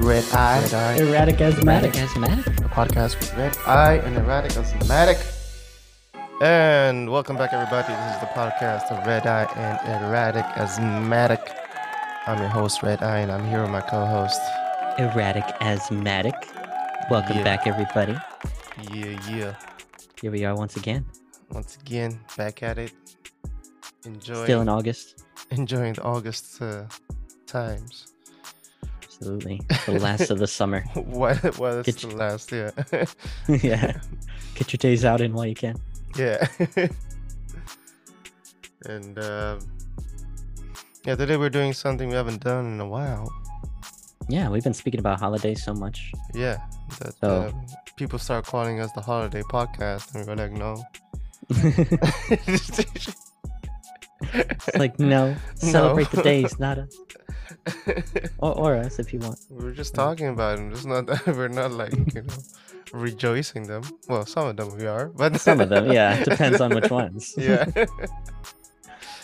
Red Eye. Red Eye. Erratic asthmatic. Erratic asthmatic. A podcast with Red Eye and Erratic Asthmatic. And welcome back, everybody. This is the podcast of Red Eye and Erratic Asthmatic. I'm your host, Red Eye, and I'm here with my co host. Erratic asthmatic. Welcome Yeah. back, everybody. Yeah, yeah. Here we are once again, Once again, back at it. Enjoying, still in August. enjoying the August uh, times. Absolutely, the last of the summer. Why? Why that's Get the you- last? Yeah, yeah, get your days out in while you can. yeah. and um, yeah, today we're doing something we haven't done in a while. Yeah, we've been speaking about holidays so much. Yeah, that So- um, people start calling us the holiday podcast, and we're like, no. it's like no, celebrate the days, not us, or, or us if you want. we're just talking about them. It's not that we're not like you know rejoicing them. Well, some of them we are, but Some of them, yeah, it depends on which ones. yeah,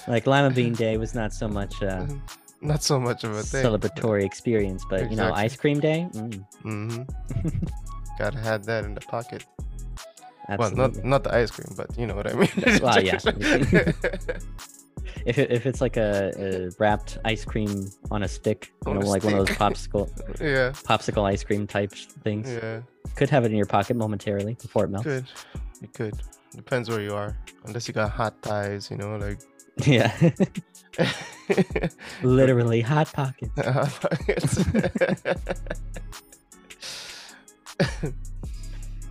Like lima bean day was not so much uh, not so much of a thing. celebratory experience, but you know, Exactly. ice cream day. Mm, Mm-hmm. Gotta have that in the pocket. absolutely. Well, not not the ice cream, but you know what I mean. Well, yeah. If, it, if it's like a, a wrapped ice cream on a stick, you On know, a like one of those stick. popsicle yeah, popsicle ice cream type sh- things, yeah. could have it in your pocket momentarily before it melts. Good, you could. Depends where you are. Unless you got hot thighs, you know, like. Yeah, literally hot pockets. hot pockets.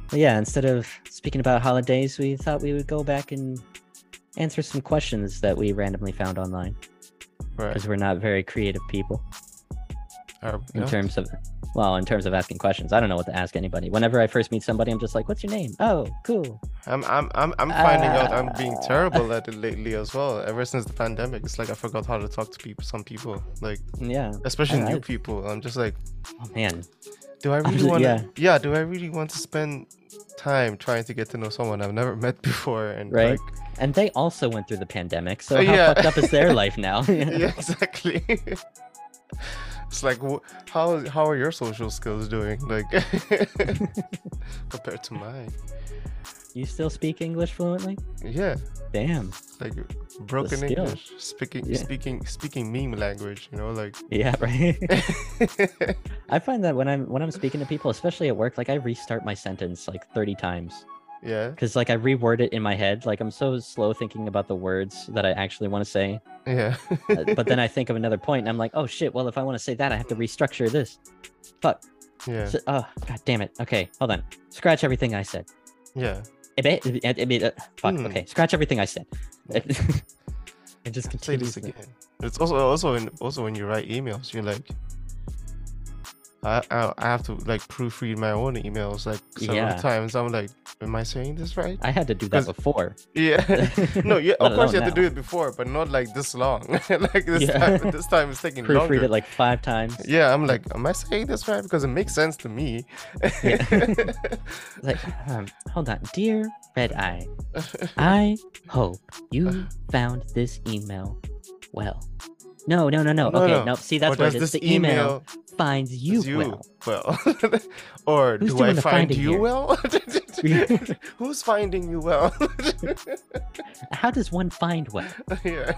But yeah, instead of speaking about holidays, we thought we would go back and answer some questions that we randomly found online right. because we're not very creative people Or, in no? terms of well, in terms of asking questions. I don't know what to ask anybody. Whenever I first meet somebody, I'm just like, "What's your name? Oh, cool." I'm I'm I'm I'm finding out I'm being Uh, terrible at it lately as well. Ever since the pandemic, it's like I forgot how to talk to people. Some people, like Yeah. especially new Alright. people, I'm just like. Oh man, Do I I'm really just- want yeah. to? Yeah. Do I really want to spend time trying to get to know someone I've never met before? And Right. Like, And they also went through the pandemic, so Uh, how yeah. fucked up is their life now? yeah, exactly. it's like, wh- how how are your social skills doing? Like, compared to mine. You still speak English fluently? Yeah. Damn. Like broken skill. English, speaking Yeah. speaking speaking meme language. You know, like. Yeah, right. I find that when I'm when I'm speaking to people, especially at work, like I restart my sentence like 30 times yeah. cuz like I reword it in my head. Like I'm so slow thinking about the words that I actually want to say, Yeah. uh, but then I think of another point and I'm like, "Oh shit, well if I want to say that, I have to restructure this." Fuck. yeah. So- oh, god damn it. Okay, hold on. Scratch everything I said. Yeah. Eh, eh, eh, eh, eh, eh, fuck. Hmm. Okay, scratch everything I said. Yeah. and just Say continue. this again. It's also also when also when you write emails, you're like, I I, I have to like proofread my own emails like several Yeah. times. I'm like, am I saying this right? I had to do that 'Cause- before. Yeah. no, yeah. Of Let course you alone have to do it before, but not like this long. like this Yeah. time, this time it's taking Proofread longer. it like five times. yeah, I'm like, am I saying this right? Because it makes sense to me. Yeah. Like, um, hold on, dear Red Eye. I hope Uh-huh. you found this email well. No, no, no, no. No, okay, no. no. See, that's or where does it is. this The email, finds you, does you well. well? or Who's do I doing the find finding you here? well? Who's finding you well? How does one find well? yeah.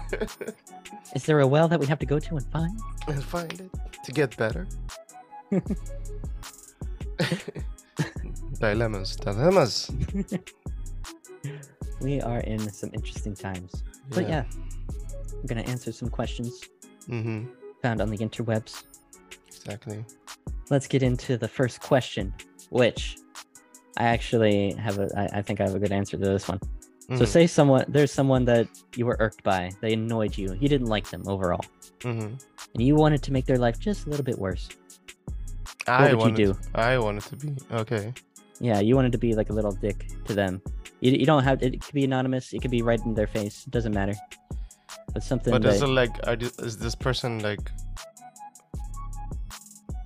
Is there a well that we have to go to and find? and find it to get better. dilemmas, dilemmas. We are in some interesting times. But yeah, I'm gonna answer some questions Mm-hmm. found on the interwebs. Exactly. let's get into the first question, which I actually have a. I, I think I have a good answer to this one. So, Mhm, say someone, there's someone that you were irked by, they annoyed you, you didn't like them overall, mhm. and you wanted to make their life just a little bit worse. I would you wanted do? to- I wanted to be okay. Yeah, you wanted to be like a little dick to them. You, you don't have, it could be anonymous, it could be right in their face, it doesn't matter. But something but is it that, like, are, thi- is this person like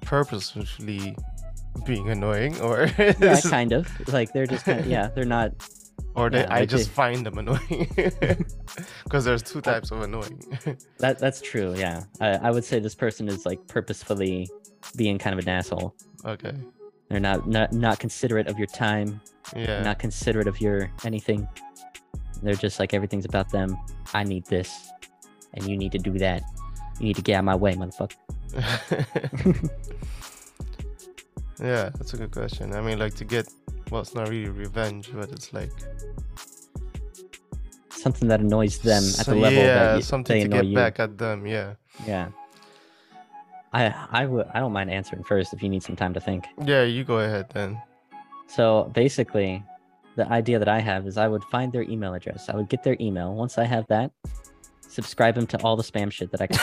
purposefully being annoying, or yeah, is- kind of like they're just kind of, yeah, they're not, or they, yeah, I like just they- find them annoying? Because there's two types of annoying. that that's true. Yeah. I, I would say this person is like purposefully being kind of an asshole. Okay. They're not not not considerate of your time, Yeah. not considerate of your anything. They're just like everything's about them. I need this, and you need to do that. You need to get out of my way, motherfucker. yeah, that's a good question. I mean, like to get well, it's not really revenge, but it's like Something that annoys them at so- the level yeah, that you, something they to annoy get you. back at them. Yeah, Yeah. I I would I don't mind answering first if you need some time to think. yeah. You go ahead then. So basically, the idea that I have is I would find their email address. I would get their email. Once I have that, subscribe them to all the spam shit that I can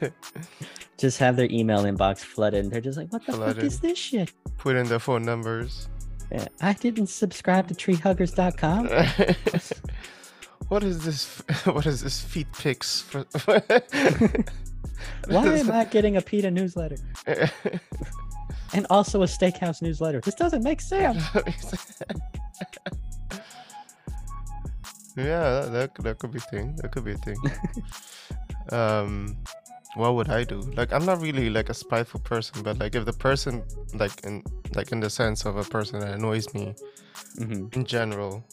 find. just have their email inbox flooded. and They're just like, what the fuck is Flooded. this shit? Put in their phone numbers. Yeah, I didn't subscribe to treehuggers.com. what is this? What is this? Feet pics. For... Why am I getting a PETA newsletter and also a steakhouse newsletter? This doesn't make sense. yeah, that, that could- that could be a thing. That could be a thing. um, what would I do? Like, I'm not really like a spiteful person, but like if the person, like in like in the sense of a person that annoys me hmm in general,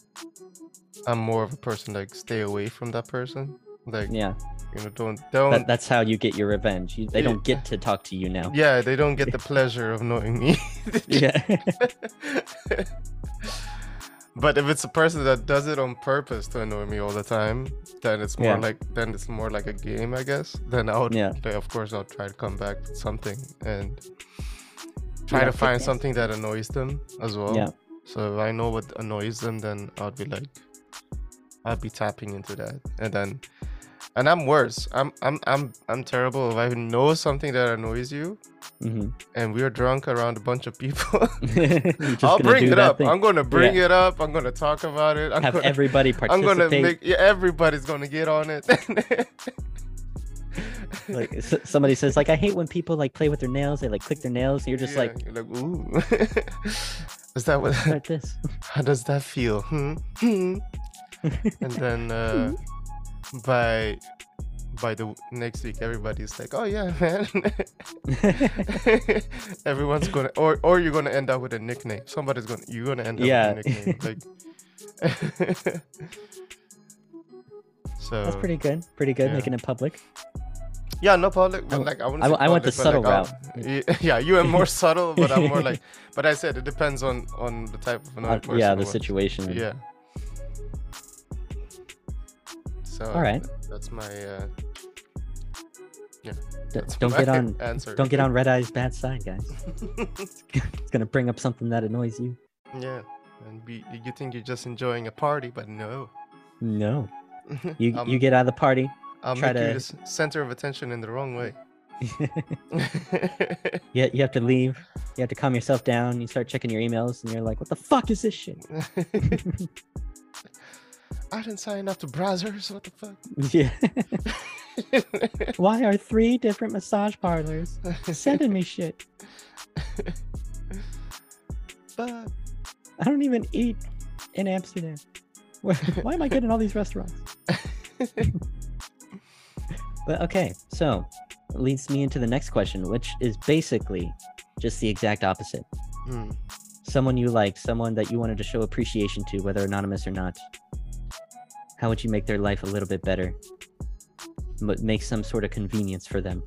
I'm more of a person like stay away from that person. Like Yeah, you know, don't don't. that, that's how you get your revenge. You, they Yeah. don't get to talk to you now. yeah, they don't get the pleasure of knowing me. Yeah. but if it's a person that does it on purpose to annoy me all the time, then it's more Yeah. like then it's more like a game, I guess. Then I would, Yeah. like, of course, I'll try to come back with something and try Yeah, to find yes. something that annoys them as well. Yeah. So if I know what annoys them, then I'd be like, I'd be tapping into that, and then, and I'm worse. I'm I'm I'm I'm terrible. If I know something that annoys you, hmm and we're drunk around a bunch of people. I'll I'll bring it up. I'm gonna bring it up. I'm gonna talk about it. I'm Have gonna, everybody I'm participate. gonna make yeah, everybody's gonna get on it. like s- somebody says, like I hate when people like play with their nails. They like click their nails. And you're just Yeah, like, you're like ooh. Is that what? start this. How does that feel? Hmm? Hmm? and then uh, hmm. by by the w- next week, everybody's like, oh yeah, man. Everyone's gonna or or you're gonna end up with a nickname. Somebody's gonna you're gonna end up Yeah. with a nickname. Like So That's pretty good. Pretty good yeah. making it public. yeah, no public. But w- like I, wouldn't I say w- I want the public, but, like, subtle I'll- y- Yeah, you are more subtle, but I'm more like. But I said it depends on on the type of another Uh, person. yeah, or the what- situation. Yeah. So All right. th- that's my uh, D- that's don't my get on. answer. Don't get on Red Eye's bad side, guys. it's gonna bring up something that annoys you. Yeah, and be, you think you're just enjoying a party, but no. No, you I'll- you get out of the party. I'll try make you to- the s- center of attention in the wrong way. you, you have to leave. You have to calm yourself down. You start checking your emails, and you're like, "What the fuck is this shit?" I didn't sign up to browsers. What the fuck? yeah. Why are three different massage parlors sending me shit? Fuck. I don't even eat in Amsterdam. Why why am I getting all these restaurants? but okay, so leads me into the next question, which is basically just the exact opposite. Hmm. Someone you like, someone that you wanted to show appreciation to, whether anonymous or not. How would you make their life a little bit better? M- make some sort of convenience for them.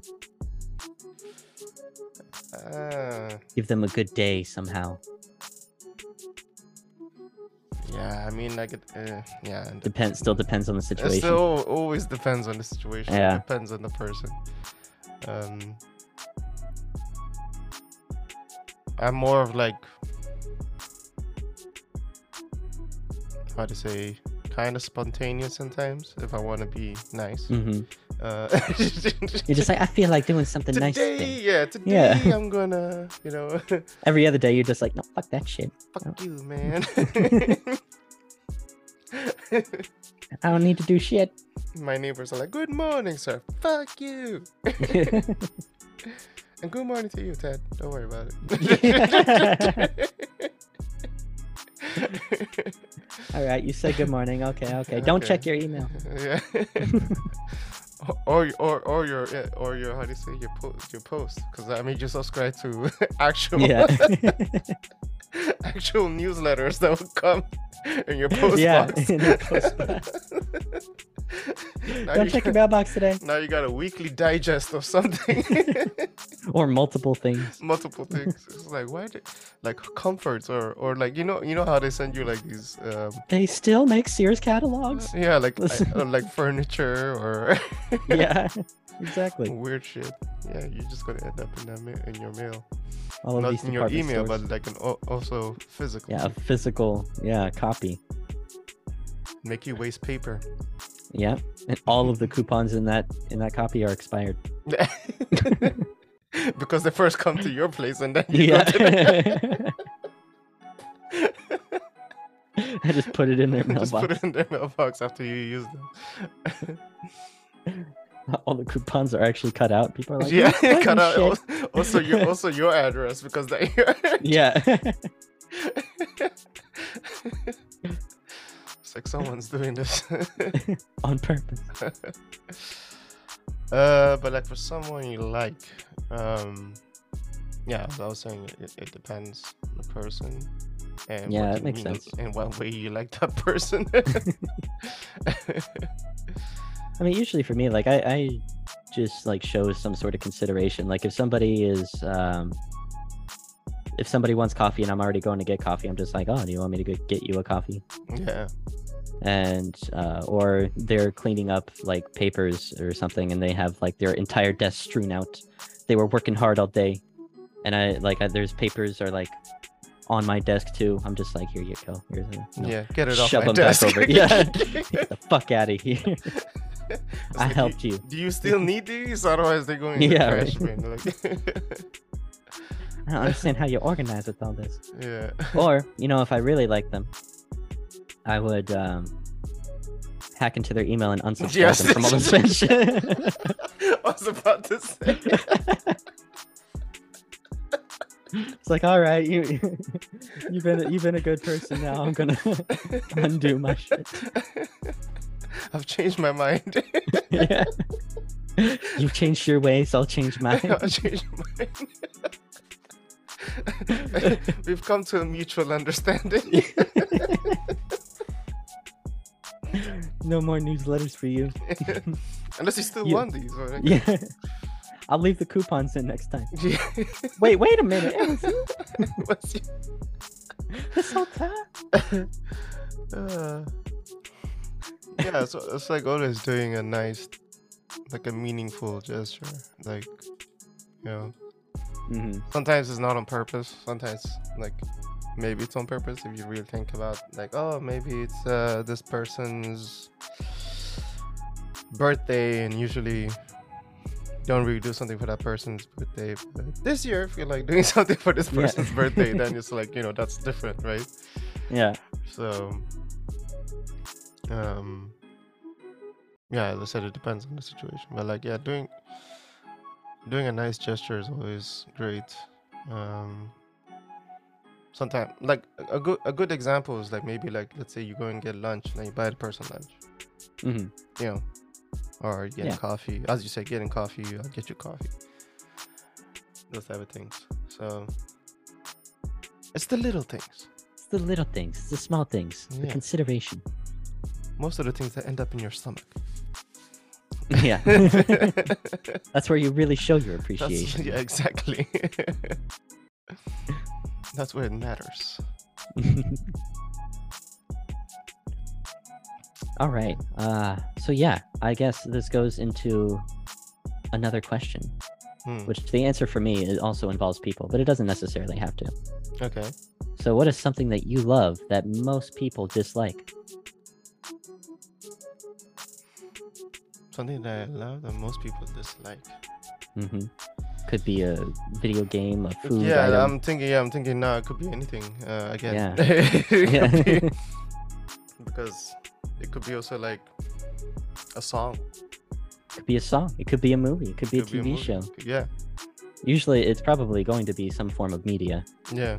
Uh, Give them a good day somehow. yeah, I mean, like, it, uh, yeah. and- Depends. Still depends on the situation. It still always depends on the situation. Yeah. It depends on the person. Um, I'm more of like how to say kind of spontaneous sometimes if I want to be nice. hmm Uh, You're just like, I feel like doing something nice today, today. yeah, Yeah. today I'm gonna, you know, Every other day, you're just like, no, fuck that shit. fuck you, man. I don't need to do shit. My neighbors are like, "Good morning, sir. Fuck you." And good morning to you, Ted. Don't worry about it. All right, you said good morning. Okay, okay. Don't Okay. check your email. yeah. or y- or or your yeah, or your how do you say your post your post because I mean you subscribe to actual Yeah. actual newsletters that will come in your post Yeah, box. in the post box. now, Don't you check got, your mailbox today. now you got a weekly digest of something, Or multiple things. multiple things. It's like why, did, like comforts or or like you know you know how they send you like these um, They still make Sears catalogs. yeah like I- Listen. uh, like furniture or yeah, exactly. weird shit. Yeah, you're just gonna end up in that ma- in your mail. All of not these in your department email, stores. but like an o- also physical. yeah, a physical yeah copy. Make you waste paper. Yeah, and all of the coupons in that in that copy are expired. because they first come to your place and then you go Yeah. to the- I just put it in their mailbox. just put it in their mailbox after you use them. All the coupons are actually cut out. People are like, yeah, "What the cut out. Oh. shit?" al- Also, your also your address because that. Yeah. it's like someone's doing this. On purpose. uh, but like for someone you like, um, yeah, as I was saying, it- it, it depends on the person. And Yeah, what that you makes mean sense. In what way you like that person? I mean, usually for me, like I, I just like show some sort of consideration. Like if somebody is, um, if somebody wants coffee and I'm already going to get coffee, I'm just like, oh, do you want me to go get you a coffee? yeah, And uh, or they're cleaning up like papers or something, and they have like their entire desk strewn out. They were working hard all day, and I like I, there's papers are like on my desk too. I'm just like, here you go. Here's a, you know, yeah, get it off Shove my 'em back desk. over, yeah. Get the fuck out of here. It's I like, helped you. Do, do you still need these? Otherwise, they're going in the Yeah, trash right. bin. Like, I don't understand how you organize with all this. yeah. or you know if i really like them i would um hack into their email and unsubscribe Yes. them from all the spam I was about to say. it's like all right you you've been a, you've been a good person now i'm gonna undo my shit I've changed my mind. yeah you've changed your ways i'll change mine I've changed my mind. We've come to a mutual understanding. no more newsletters for you Unless you still You- want these. Or like, yeah i'll leave the coupons in next time yeah. wait wait a minute it was you What's your- this whole time Uh, yeah, so it's like always doing a nice, like a meaningful gesture. Like, you know, hmm sometimes it's not on purpose. Sometimes, like, maybe it's on purpose if you really think about, like, oh, maybe it's uh, this person's birthday, and usually don't really do something for that person's birthday. But this year, if you're like doing something for this Yeah. person's birthday, then it's like, you know, that's different, right? yeah So, um, yeah, as I said, it depends on the situation. But like, yeah, doing doing a nice gesture is always great. Um, sometimes, like a good a good example is like maybe like let's say you go and get lunch, and you buy the person lunch, hmm you know, or getting Yeah. coffee. As you said, getting coffee, I'll get you coffee. Those type of things. So it's the little things. it's the little things it's the small things the Yeah. consideration Most of the things that end up in your stomach. Yeah. That's- That's where you really show your appreciation. yeah, exactly. That's where it matters. All right. Uh, so, yeah, I guess this goes into another question, Hmm, which the answer for me is also involves people, but it doesn't necessarily have to. Okay. So, what is something that you love that most people dislike? Something that I love that most people dislike. hmm Could be a video game, a food yeah, um, item. I'm thinking. Yeah, I'm thinking. No, it could be anything. Uh, again, Yeah. It could Yeah. be- because it could be also like a song. could be a song. It could be a movie. It could be could a TV movie, show. could- Yeah, Usually, it's probably going to be some form of media, yeah.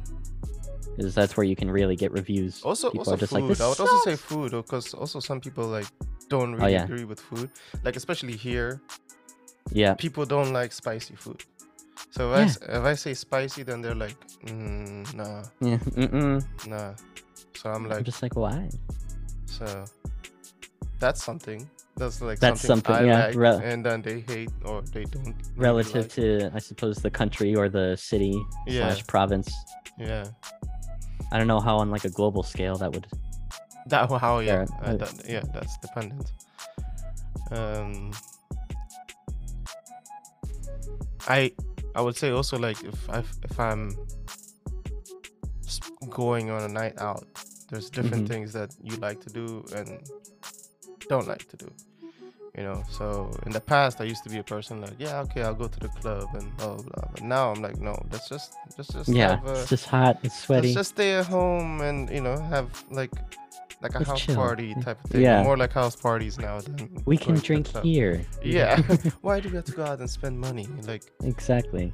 because that's where you can really get reviews. Also, People also are just food. like, "This I would also say sucks." Oh, food because also some people like don't really yeah. agree with food. Like especially here, Yeah. people don't like spicy food. So if, I, Yeah. s- if I say spicy, then they're like, mm, nah, Yeah. Mm-mm. nah. So I'm I'm like, just like, why? so that's something. That's like That's something, something, I yeah, like, rel- and then they hate or they don't. really Relative like. to, I suppose, the country or the city Yeah. slash province. yeah, I don't know how on like a global scale that would. that how yeah, Yeah, uh, I- that- yeah, that's dependent. Um, I I would say also like if I if I'm s- going on a night out, there's different Mhm. things that you like to do and don't like to do. You know, so in the past I used to be a person like, yeah, okay, I'll go to the club and blah blah. blah. But now I'm like, no, let's just let's just Yeah, have a, it's just hot, it's sweaty. Let's just stay at home and you know have like like a Let's house chill. party type of thing. Yeah. More like house parties now than We can going to the drink club. here. Yeah. Why do we have to go out and spend money like exactly.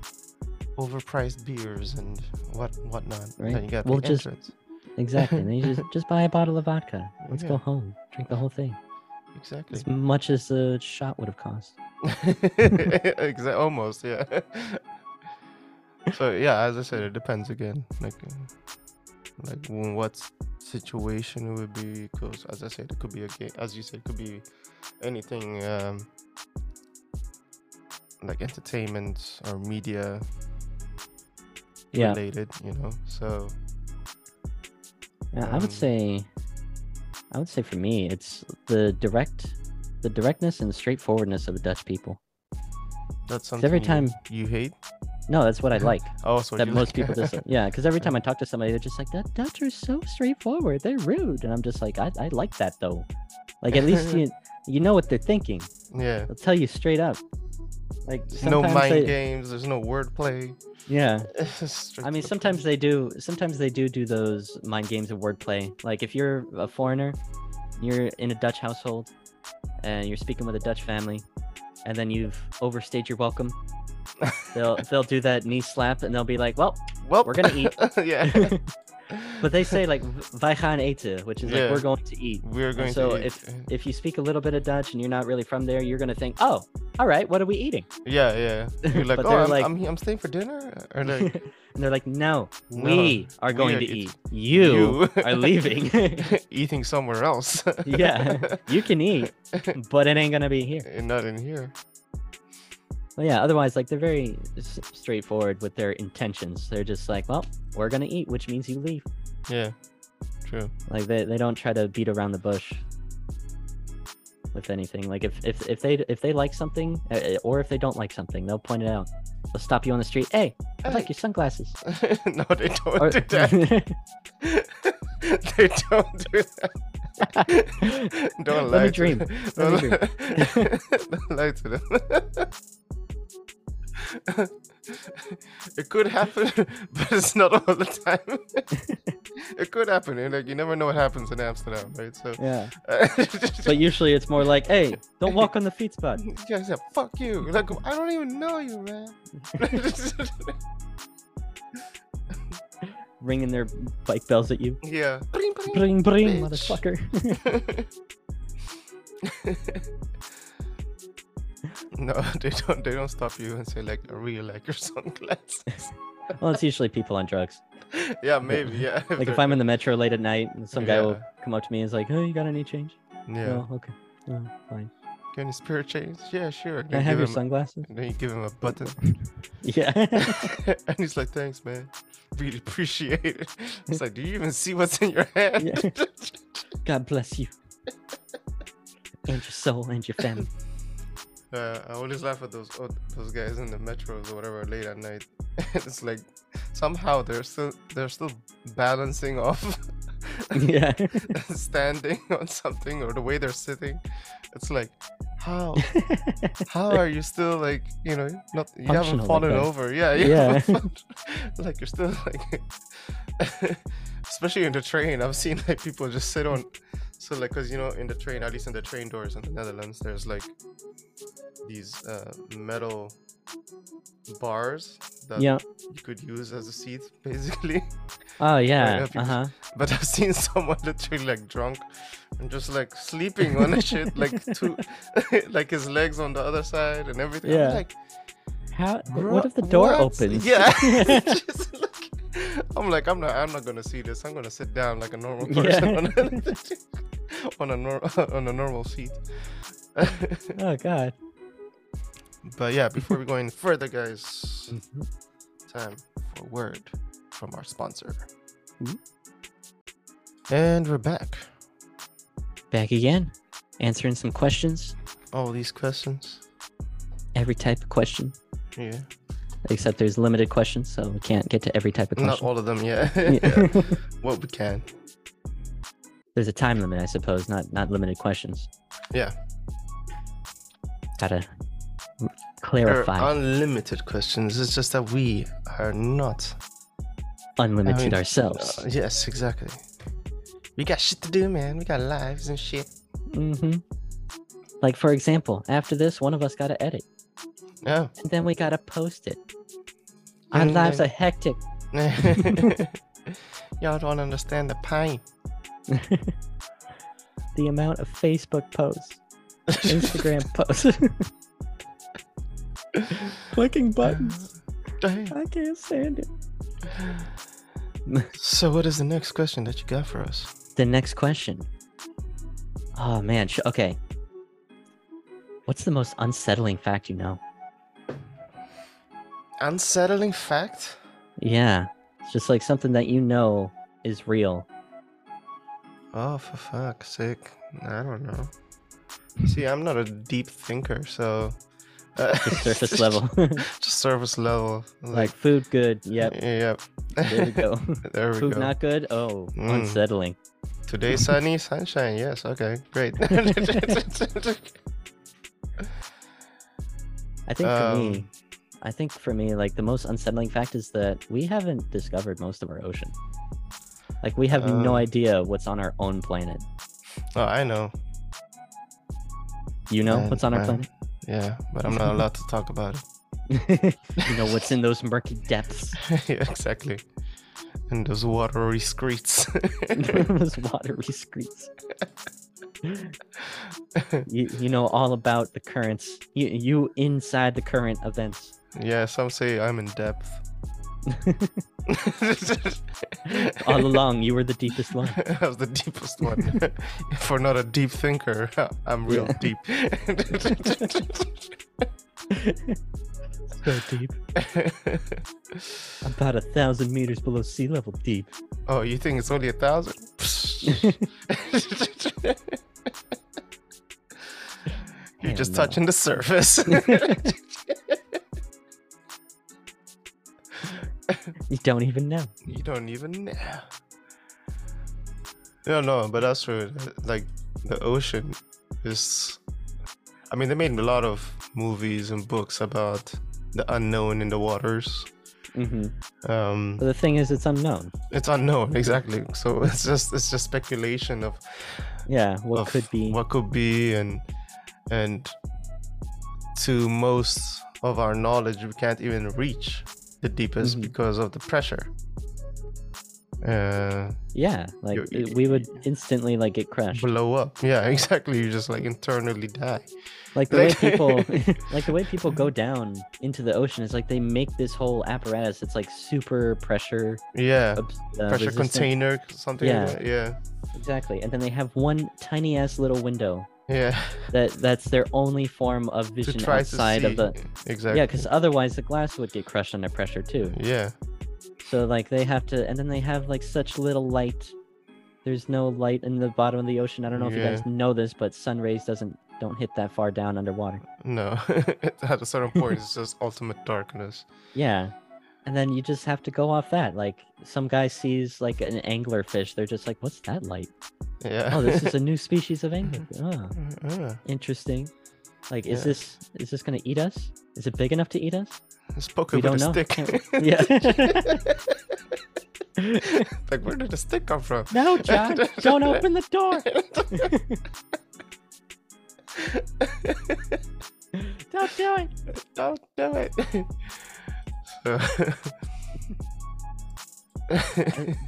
overpriced beers and what whatnot? Right. Then you got We'll the just- entrance. Exactly. And then you just just buy a bottle of vodka. Let's Yeah. go home. Drink the whole thing. Exactly. As much as the shot would have cost. Exa- almost, yeah. so yeah, as I said, it depends again, like uh, like w- what situation it would be. Because as I said, it could be a game, as you said, it could be anything um, like entertainment or media Yeah. related, you know. So Yeah, I Um, would say, I would say for me, it's the direct, the directness and straightforwardness of the Dutch people. that's 'Cause something every you- time, you, hate. no, that's what I like. Oh, so that you most like- people just, yeah, because every time I talk to somebody, they're just like, that Dutch are so straightforward. They're rude, and I'm just like, I, I like that though. Like at least you, you know what they're thinking. yeah. They'll tell you straight up. Like There's no sometimes mind they- games. There's no wordplay. yeah. I Straight mean, to the sometimes point. they do. Sometimes they do do those mind games of wordplay. Like if you're a foreigner, you're in a Dutch household, and you're speaking with a Dutch family, and then you've overstayed your welcome. They'll they'll do that knee slap, and they'll be like, "Well, Well, we're gonna eat." yeah. but they say like "Wij gaan eten," which is Yeah. like we're going to eat. we're And going so to. eat. if if you speak a little bit of Dutch and you're not really from there, you're gonna think, "Oh, all right, what are we eating?" yeah, yeah. You're like, but oh, they're I'm, like- I'm, he- I'm staying for dinner, or like and they're like, "No, No, we are we going are to eating. eat. You, You." are leaving." eating somewhere else. yeah, you can eat, but it ain't gonna be here. and not in here. Well, yeah. Otherwise, like they're very s- straightforward with their intentions. They're just like, well, we're gonna eat, which means you leave. Yeah, true. Like they, they don't try to beat around the bush with anything. Like if if if they if they like something uh, uh, or if they don't like something, they'll point it out. They'll stop you on the street. Hey, I like your sunglasses. no, they don't Or- do that. they don't do that. Let don't me lie. to dream. them. Let me Don't don't lie to them. it could happen, but it's not all the time. it could happen, and like you never know what happens in Amsterdam, right? So, yeah. uh, But usually it's more like, hey, don't walk on the feet spot. yeah, yeah, fuck you. You're Like I don't even know you, man. Ringing their bike bells at you. yeah. Bring, bring. Bring, bring, Bitch. motherfucker. no, they don't. They don't stop you and say like, "I really like your sunglasses." Well, it's usually people on drugs. yeah, maybe. Yeah. Like if they're- I'm in the metro late at night, and some guy will Yeah. come up to me and is like, "Oh, you got any change?" yeah. No, okay, no, fine. Can you spare change? Yeah, sure. Can I Then have give your him- sunglasses? Then you give him a button, Yeah, and he's like, "Thanks, man. Really appreciate it." It's like, "Do you even see what's in your hand?" Yeah. God bless you and your soul and your family. Uh, I always laugh at those oh, those guys in the metros or whatever late at night. it's like somehow they're still they're still balancing off yeah, standing on something or the way they're sitting. It's like how how are you still like you know not you haven't Functional like fallen that. over yeah you Yeah. haven't fun- like you're still like especially in the train I've seen like people just sit on so like because you know in the train at least in the train doors in the Netherlands there's like these uh, metal bars that yeah. you could use as a seat basically Oh yeah. if you- Uh huh. but I've seen someone literally like drunk and just like sleeping on the shit, like two, like his legs on the other side and everything. I'm Yeah. like, How? "Bruh, what if the door what?" opens? Yeah. Just like- I'm like, I'm not, I'm not gonna see this. I'm gonna sit down like a normal Yeah. person on, a, on a nor- on a normal seat. oh god. but yeah, before we go any further, guys, time for a word from our sponsor. Ooh. And we're back. Back again, answering some questions. All these questions. Every type of question, Yeah. except there's limited questions, so we can't get to every type of Not question. all of them, yeah. Yeah. what we can. there's a time limit, I suppose. Not not limited questions. Yeah. Gotta There clarify. are unlimited questions. It's just that we are not. unlimited mean, ourselves. Uh, yes, exactly. We got shit to do, man. We got lives and shit. hmm Mm-hmm. Like for example, after this, one of us gotta edit, Yeah. and then we gotta post it. Our And lives then- are hectic. Y'all don't understand the pain. the amount of Facebook posts, Instagram posts, clicking I can't stand it. so, what is the next question that you got for us? The next question. Oh man. Sh- okay. What's the most unsettling fact you know? Unsettling fact? Yeah, it's just like something that you know is real. Oh, for fuck's sake. I don't know. See, I'm not a deep thinker, so. Uh, Just surface level, Just surface level. like food good. Yep. Yep. There we go. There we Food go. not good. Oh, Mm. unsettling. Today sunny, sunshine. Yes. Okay. Great. I think for me, Um, I think for me, like the most unsettling fact is that we haven't discovered most of our ocean. Like we have Um, no idea what's on our own planet. oh, I know. You know man, what's on our man. Yeah, but I'm not allowed to talk about it. planet. you know what's in those murky depths, yeah, exactly. And those watery streets. those watery streets. You, you know all about the currents. You you inside the current events. yeah, some say I'm in depth. All along, you were the deepest one. I was the deepest one. if we're not a deep thinker, I'm real So deep, deep. about a thousand meters below sea level deep. Oh, you think it's only a thousand? You're just Hell no. touching the surface. You don't even know. you don't even know. No, no, but that's true. Like the ocean is. I mean, they made a lot of movies and books about the unknown in the waters. hmm Um, But the thing is, it's unknown. it's unknown, exactly. So it's just it's just speculation of Yeah, what of could be? what could be and and to most of our knowledge we can't even reach the deepest Mhm. because of the pressure uh Yeah, like you- it- we would instantly like get crushed. blow up yeah exactly you just like internally die Like the way like- people, like the way people go down into the ocean is like they make this whole apparatus. It's like super pressure, yeah obs- uh, pressure resistant. container something yeah Yeah. like that. yeah Exactly, and then they have one tiny ass little window yeah that that's their only form of to vision try outside to of see the. exactly Yeah, because otherwise the glass would get crushed under pressure too. yeah So like they have to, and then they have like such little light. There's no light in the bottom of the ocean. I don't know if Yeah. you guys know this, but sun rays doesn't don't hit that far down underwater. no at a certain point it's just ultimate darkness Yeah, and then you just have to go off that. Like some guy sees like an angler fish. They're just like, "What's that light? yeah Uh, Oh, this is a new species of angler. Oh, yeah. interesting. Like, Yeah. is this is this gonna eat us? Is it big enough to eat us? Just poke We it with a don't know. stick. Yeah. like, where did the stick come from? no, John, don't open the door. Don't do it. Don't do it. so,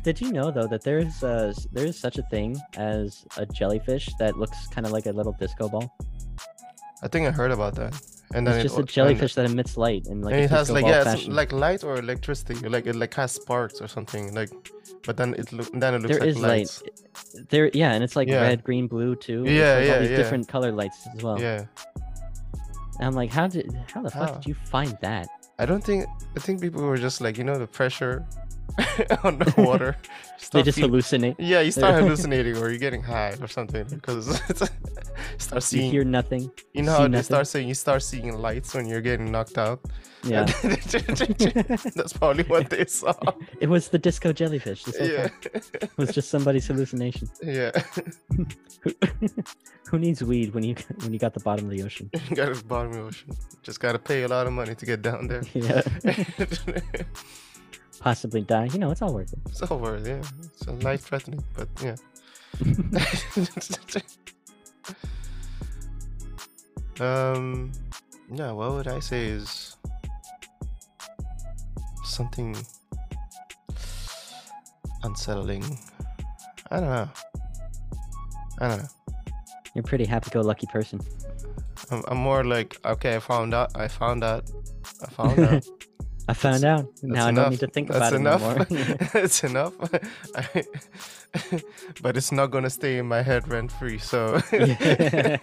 Did you know though that there's uh, s- there is such a thing as a jellyfish that looks kind of like a little disco ball? I think I heard about that. And then it's just it, a jellyfish that emits light and like and a it has disco like ball yeah, it's fashion. like light or electricity, like it like has sparks or something. Like, but then it look then it looks there like is lights. light. There, yeah, and it's like Yeah. red, green, blue too. It's Yeah, like yeah, all these yeah. different color lights as well. Yeah, Ah. And I'm like, how did how the fuck How? did you find that? I don't think I think people were just like you know the pressure on the water. They start just feel- hallucinate. yeah, you start hallucinating or you're getting high or something because it's, start You seeing you, hear nothing. know how see they nothing. start saying you start seeing lights when you're getting knocked out. Yeah. That's probably what they saw. it was the disco jellyfish. This whole Yeah, time. It was just somebody's hallucination. yeah. Who, who needs weed when you when you got the bottom of the ocean? Got to the bottom of the ocean. Just gotta pay a lot of money to get down there. yeah, it's possibly die. You know, it's all worth it. over, yeah. It's a life threatening, but yeah. um, yeah. What would I say is something unsettling? I don't know. I don't know. You're a pretty happy-go-lucky person. I'm, I'm more like okay. I found out. I found out. I found out. I found out. Now I don't need to think about That's enough. it anymore. it's enough. I- but it's not gonna stay in my head rent free. So Yeah.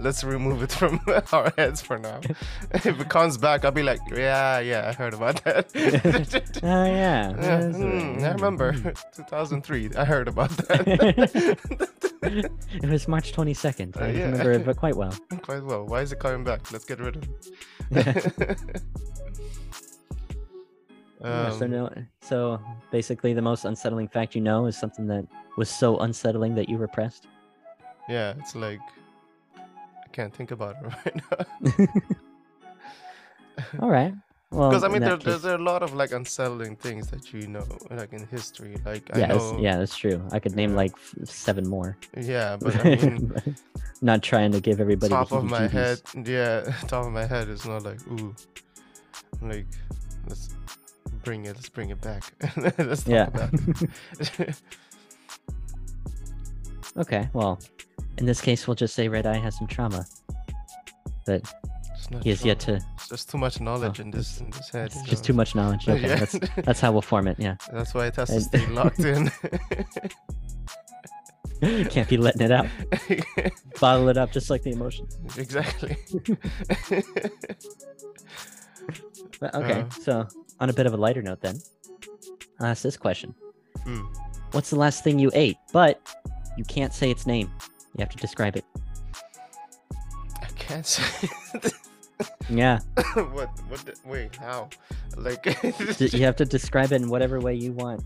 let's remove it from our heads for now. if it comes back, I'll be like, yeah, yeah, I heard about that. oh yeah, Yeah, that's mm, right. I remember 2003. I heard about that it was March 22nd. Uh, I yeah. remember it but quite well. quite well. Why is it coming back? Let's get rid of Yeah, it. so, Um, no, so basically, the most unsettling fact you know is something that was so unsettling that you repressed. Yeah, it's like I can't think about it right now. All right. Well, Because I in mean, that there, case- there's a lot of like unsettling things that you know, like in history. Like I yeah, know, that's, yeah, that's true. I could name like f- seven more. yeah, but I mean, not trying to give everybody top the of my heebie-jeebies. head, yeah, top of my head is not like ooh, like let's bring it, let's bring it back. let's talk Yeah. about it. Okay. Well, in this case, we'll just say Red Eye has some trauma. But It's not he has yet trauma. to. Oh. It's just too much knowledge in this in this head. It's you just know, too much knowledge. Okay, Yeah. that's, that's how we'll form it. Yeah. That's why it has to and- stay locked in. Can't be letting it out. Bottle it up just like the emotions. exactly. But, okay. Uh. so, on a bit of a lighter note, then, I'll ask this question Hmm. What's the last thing you ate? But you can't say its name. You have to describe it. I can't say Yeah. what what the, wait how like D- you have to describe it in whatever way you want.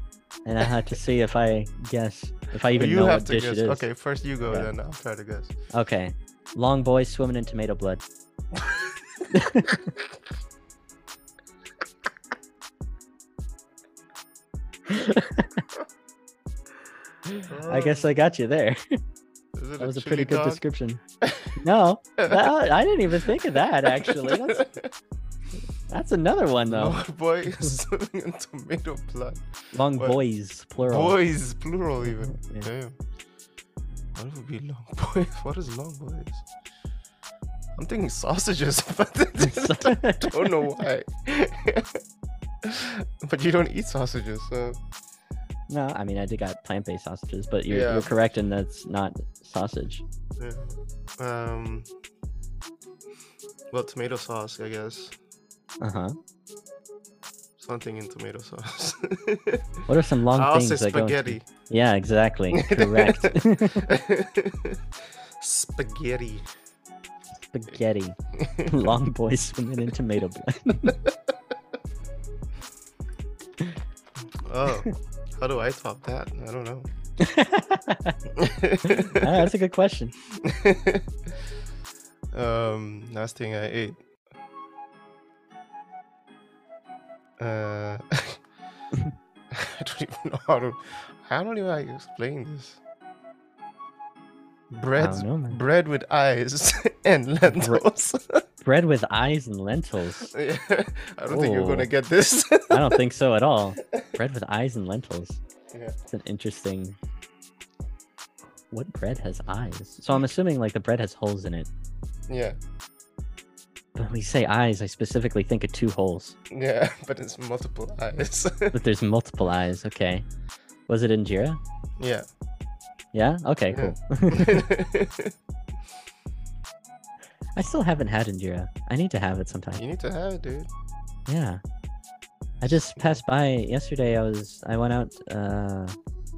And I have to see if I guess, if I even you know have what to dish guess. it is. Okay, first you go, Yeah. then I'll try to guess. Okay. Long boy swimming in tomato blood. I guess I got you there. Is it That was a pretty chili good dog? description. No, that- I didn't even think of that actually. That's, that's another one though. Long boy swimming in tomato blood. Long What? boys, plural. Boys, plural even. Yeah. Damn. What would be long boys? What is long boys? I'm thinking sausages, but I don't know why. but you don't eat sausages, so no, I mean I did got plant-based sausages, but you're, Yeah. you're correct in that's not sausage. Yeah. Um. Well, tomato sauce, I guess. Uh huh. Something in tomato sauce. What are some long I'll say things that go? into- spaghetti. Yeah, exactly. Correct. spaghetti. spaghetti. Long boy swimming in tomato blood. Oh, how do I top that? I don't know. Ah, that's a good question. um, last thing I ate. Uh, I don't even know how to. How do I explain this? I Bread, don't know, man. bread with eyes and lentils. Bread with eyes and lentils. Yeah, I don't think you're Oh. gonna get this. I don't think so at all. bread with eyes and lentils. Yeah. It's an interesting. What bread has eyes? So Mm. I'm assuming like the bread has holes in it. Yeah. But when we say eyes, I specifically think of two holes. Yeah. But it's multiple eyes. But there's multiple eyes. Okay. Was it injera? yeah. Yeah. Okay. Yeah. Cool. I still haven't had injera. I need to have it sometime. you need to have it, dude. Yeah. I just passed by yesterday. I was I went out uh,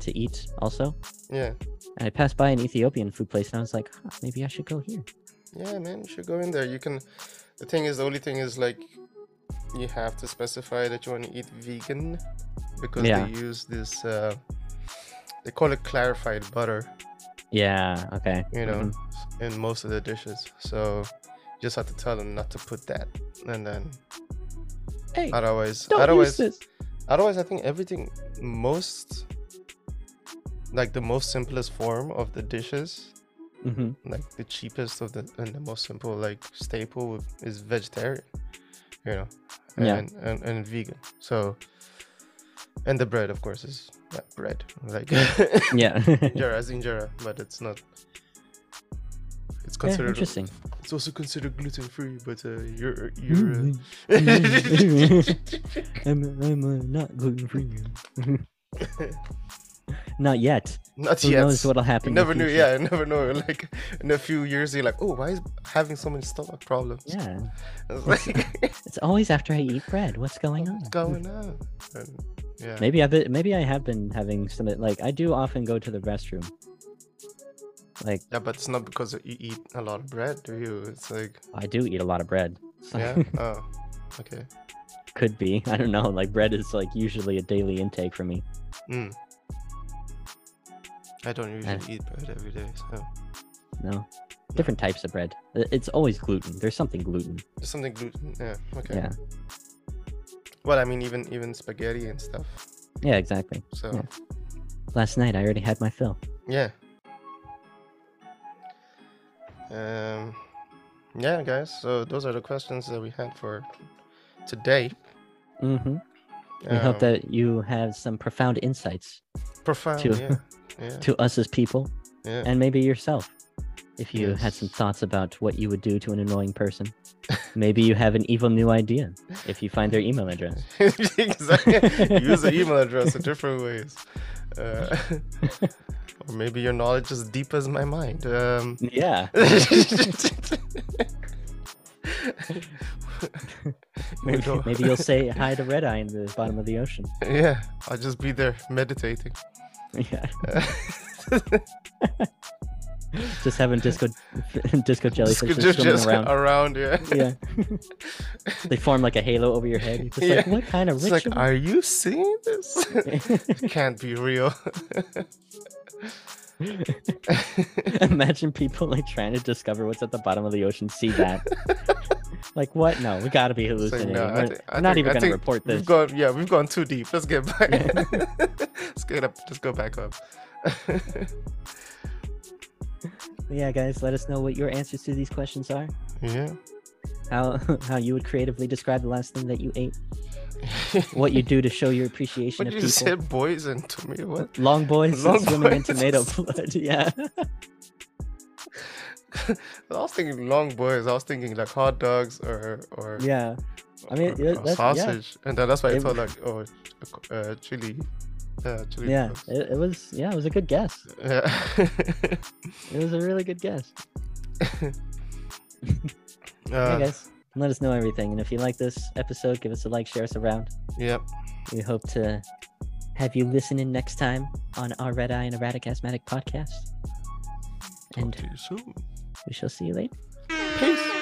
to eat also, Yeah. and I passed by an Ethiopian food place, and I was like, huh, maybe I should go here. Yeah, man. You should go in there. You can. The thing is, the only thing is like, you have to specify that you want to eat vegan, because Yeah. they use this. Uh, they call it clarified butter. Yeah. Okay. you know, mhm. in most of the dishes. So you just have to tell them not to put that, and then Hey, otherwise, don't use otherwise, this. otherwise, I think everything most like the most simplest form of the dishes, hmm like the cheapest of the and the most simple like staple would- is vegetarian, you know, and Yeah. and, and vegan. So and the bread, of course, is yeah, bread like Yeah. injera is injera, but it's not. It's yeah. considered Interesting. it's also considered gluten free, but uh, you're you're. Mm, Uh... I'm I'm uh, not gluten free. not yet. Not Who yet. knows what'll you happen? in the never knew. future. Yeah, I never know. Like in a few years, you're like, oh, why is having so many stomach problems? Yeah. It's like, It's always after I eat bread. What's going on? what's going on? And, yeah. Maybe I've been, maybe I have been having some like I do often go to the restroom. Like Yeah, but it's not because you eat a lot of bread, do you? It's like, I do eat a lot of bread. So yeah. oh, okay. could be. I don't know. Like bread is like usually a daily intake for me. Mm. I don't usually eat bread every day, so No. Different types of bread. I- It's always gluten. There's something gluten. there's something gluten. Yeah. Okay. Yeah. Well, I mean, even even spaghetti and stuff. Yeah, exactly. So. Yeah. Last night I already had my fill. Yeah. Um, yeah, guys. So those are the questions that we had for today. Mm-hmm. We hope Um, that you have some profound insights profound. too. Yeah, yeah, to us as people yeah. and maybe yourself. If you had some Yes. thoughts about what you would do to an annoying person, maybe you have an evil new idea if you find their email address. exactly. Use the email address in different ways. Uh, or maybe your knowledge is deep as my mind. Um, Yeah. We Maybe, don't- maybe you'll say hi to Red Eye in the bottom of the ocean. yeah, I'll just be there meditating. Yeah. Just having disco disco jellyfish Just- swimming just around. around, yeah. Yeah. they form like a halo over your head. You're just like, Yeah. what kind of It's like, ritual? are you seeing this? it can't be real. Imagine people like trying to discover what's at the bottom of the ocean, see that. like what? No, we gotta be It's like, hallucinating. no, I We're- thi- I we're not think- even I gonna think report We've this. gone, yeah, we've gone too deep. Let's get back. Let's get up. Just go back up. yeah, guys, let us know what your answers to these questions are. yeah. How how you would creatively describe the last thing that you ate. What you do to show your appreciation But of you people. said poison to me. What? Long boys Long swimming in boys. tomato blood. Yeah. I was thinking long boys. I was thinking like hot dogs or or, Yeah. I mean, or- yeah, or that's- yeah. sausage, and then that's why I It- thought like oh, uh, chili, uh, chili. Yeah. dogs. It, it was yeah, it was a good guess. Yeah. It was a really good guess. Uh, hey guys, let us know everything. And if you like this episode, give us a like, share us around. Yep. We hope to have you listening next time on our Red Eye and Erratic Asthmatic podcast. Talk And to you soon. we shall see you later. Peace.